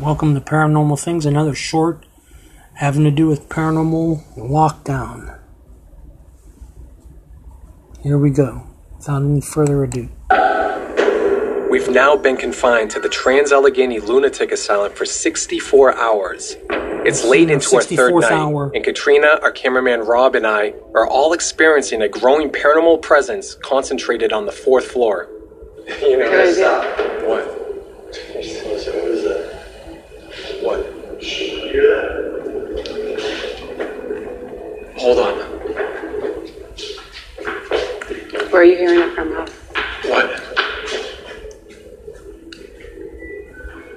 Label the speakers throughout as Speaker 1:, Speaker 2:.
Speaker 1: Welcome to Paranormal Things, another short having to do with paranormal lockdown. Here we go. Without any further ado.
Speaker 2: We've now been confined to the Trans Allegheny Lunatic Asylum for 64 hours. It's late into our third
Speaker 1: 64th
Speaker 2: night,
Speaker 1: hour.
Speaker 2: and Katrina, our cameraman Rob, and I are all experiencing a growing paranormal presence concentrated on the fourth floor.
Speaker 3: You know,
Speaker 4: Good
Speaker 3: stop.
Speaker 2: What?
Speaker 3: Listen, what is that? What? Shh, you hear
Speaker 2: Hold on.
Speaker 4: Where are you hearing it from, Rob?
Speaker 2: What?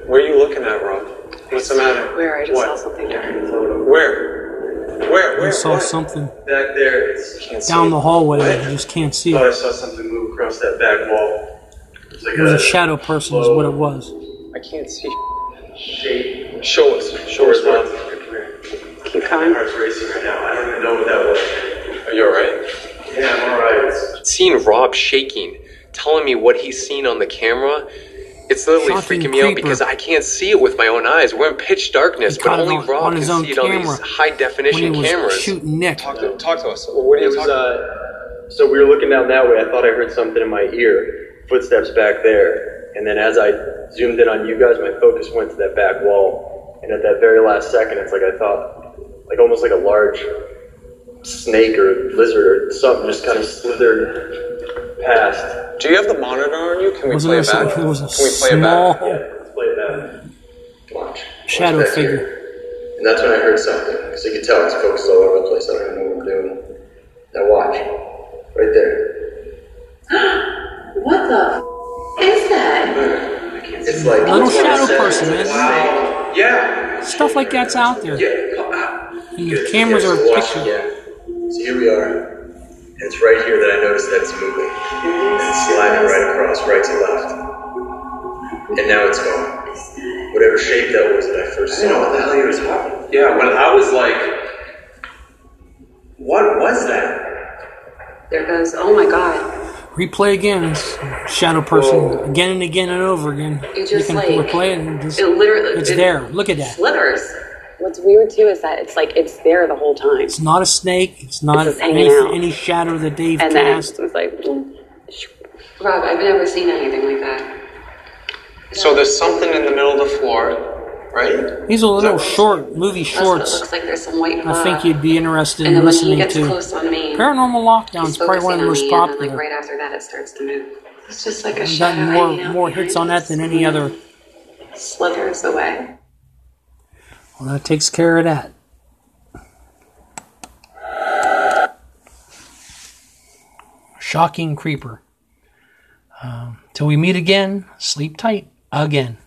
Speaker 2: Where are you looking at, Rob? What's the matter?
Speaker 4: Where I just
Speaker 2: What?
Speaker 4: saw something dark.
Speaker 2: Where? Where? Where?
Speaker 1: I saw
Speaker 2: What?
Speaker 1: something
Speaker 3: that? Back there, it's.
Speaker 2: Can't see.
Speaker 1: down the hallway.
Speaker 3: What?
Speaker 1: I just can't see
Speaker 3: Thought I
Speaker 1: it.
Speaker 3: saw something move across that back wall. It's like
Speaker 1: It was a shadow person, is what it was.
Speaker 2: I can't see.
Speaker 3: Shape.
Speaker 2: Show us. Show us.
Speaker 3: Where's
Speaker 2: Rob.
Speaker 3: Rob? Come here.
Speaker 4: Keep
Speaker 3: My
Speaker 4: going.
Speaker 3: heart's racing right now. I don't even know what that was.
Speaker 2: Are you alright?
Speaker 3: Yeah, I'm alright. It's-
Speaker 2: Seeing Rob shaking, telling me what he's seen on the camera, it's literally
Speaker 1: Shocking
Speaker 2: freaking me out
Speaker 1: creeper.
Speaker 2: because I can't see it with my own eyes. We're in pitch darkness,
Speaker 1: He
Speaker 2: but
Speaker 1: caught it
Speaker 2: only
Speaker 1: on-
Speaker 2: Rob
Speaker 1: on
Speaker 2: can
Speaker 1: his own
Speaker 2: see it on these
Speaker 1: camera
Speaker 2: high
Speaker 1: When he
Speaker 2: definition
Speaker 1: was
Speaker 2: cameras.
Speaker 1: shooting Nick.
Speaker 2: Talk to, talk to us. What are
Speaker 5: It
Speaker 2: you
Speaker 5: was,
Speaker 2: talking
Speaker 5: uh, so we were looking down that way. I thought I heard something in my ear, footsteps back there. And then as I zoomed in on you guys, my focus went to that back wall. And at that very last second, it's like I thought, like almost like a large snake or lizard or something just kind of slithered past.
Speaker 2: Do you have the monitor on you? Can we
Speaker 1: Wasn't
Speaker 2: play
Speaker 1: there
Speaker 2: it back?
Speaker 1: something? It was a
Speaker 2: Can we play it back?
Speaker 1: small
Speaker 5: Let's play it back. Watch.
Speaker 1: shadow
Speaker 5: Watch back
Speaker 1: figure.
Speaker 5: here. And that's when I heard something, because you could tell it's focused all over the place. I don't know what I'm doing. Now watch. Right there.
Speaker 4: What the f- is that?
Speaker 5: It's like
Speaker 1: Little
Speaker 5: it's
Speaker 1: shadow
Speaker 5: like a
Speaker 1: person,
Speaker 5: snake.
Speaker 1: man.
Speaker 3: Yeah.
Speaker 1: Stuff like that's out there. And the
Speaker 5: Good.
Speaker 1: cameras
Speaker 5: Yeah,
Speaker 1: are
Speaker 5: so watch
Speaker 1: picture.
Speaker 5: again. So here we are. And it's right here that I noticed that it's moving. And it's sliding right across, right to left. And now it's gone. Whatever shape that was that I first
Speaker 3: You know what
Speaker 5: saw.
Speaker 3: the hell you was talking? Yeah, when I was like, what was that?
Speaker 4: There goes, oh my god.
Speaker 1: Replay again. It's shadow person again and again and over again.
Speaker 4: It just,
Speaker 1: you
Speaker 4: like,
Speaker 1: can replay it and just,
Speaker 4: It literally.
Speaker 1: it's
Speaker 4: it
Speaker 1: there. Look at that.
Speaker 4: Slivers. What's weird too is that it's like it's there the whole time.
Speaker 1: It's not a snake. It's not
Speaker 4: It's just hanging
Speaker 1: any,
Speaker 4: out.
Speaker 1: any shadow that they've
Speaker 4: And then
Speaker 1: cast.
Speaker 4: it's like. mm, shoo. Rob, I've never seen anything like that.
Speaker 6: So there's something in the middle of the floor, right?
Speaker 1: These are little short movie
Speaker 4: That's what it
Speaker 1: shorts.
Speaker 4: looks like there's some white.
Speaker 1: I think
Speaker 4: fog.
Speaker 1: you'd be interested
Speaker 4: And
Speaker 1: in
Speaker 4: then when he
Speaker 1: listening
Speaker 4: gets
Speaker 1: to.
Speaker 4: close on me,
Speaker 1: Paranormal Lockdown is
Speaker 4: he's
Speaker 1: probably one of the most
Speaker 4: focusing on me, and then, like
Speaker 1: popular.
Speaker 4: right after that, it starts to move. It's just like a
Speaker 1: I've
Speaker 4: shadow.
Speaker 1: gotten more,
Speaker 4: hanging out
Speaker 1: more hits on
Speaker 4: behind
Speaker 1: that
Speaker 4: us.
Speaker 1: than any other.
Speaker 4: Slithers away.
Speaker 1: Well, that takes care of that. Shocking creeper. Um, till we meet again, sleep tight again.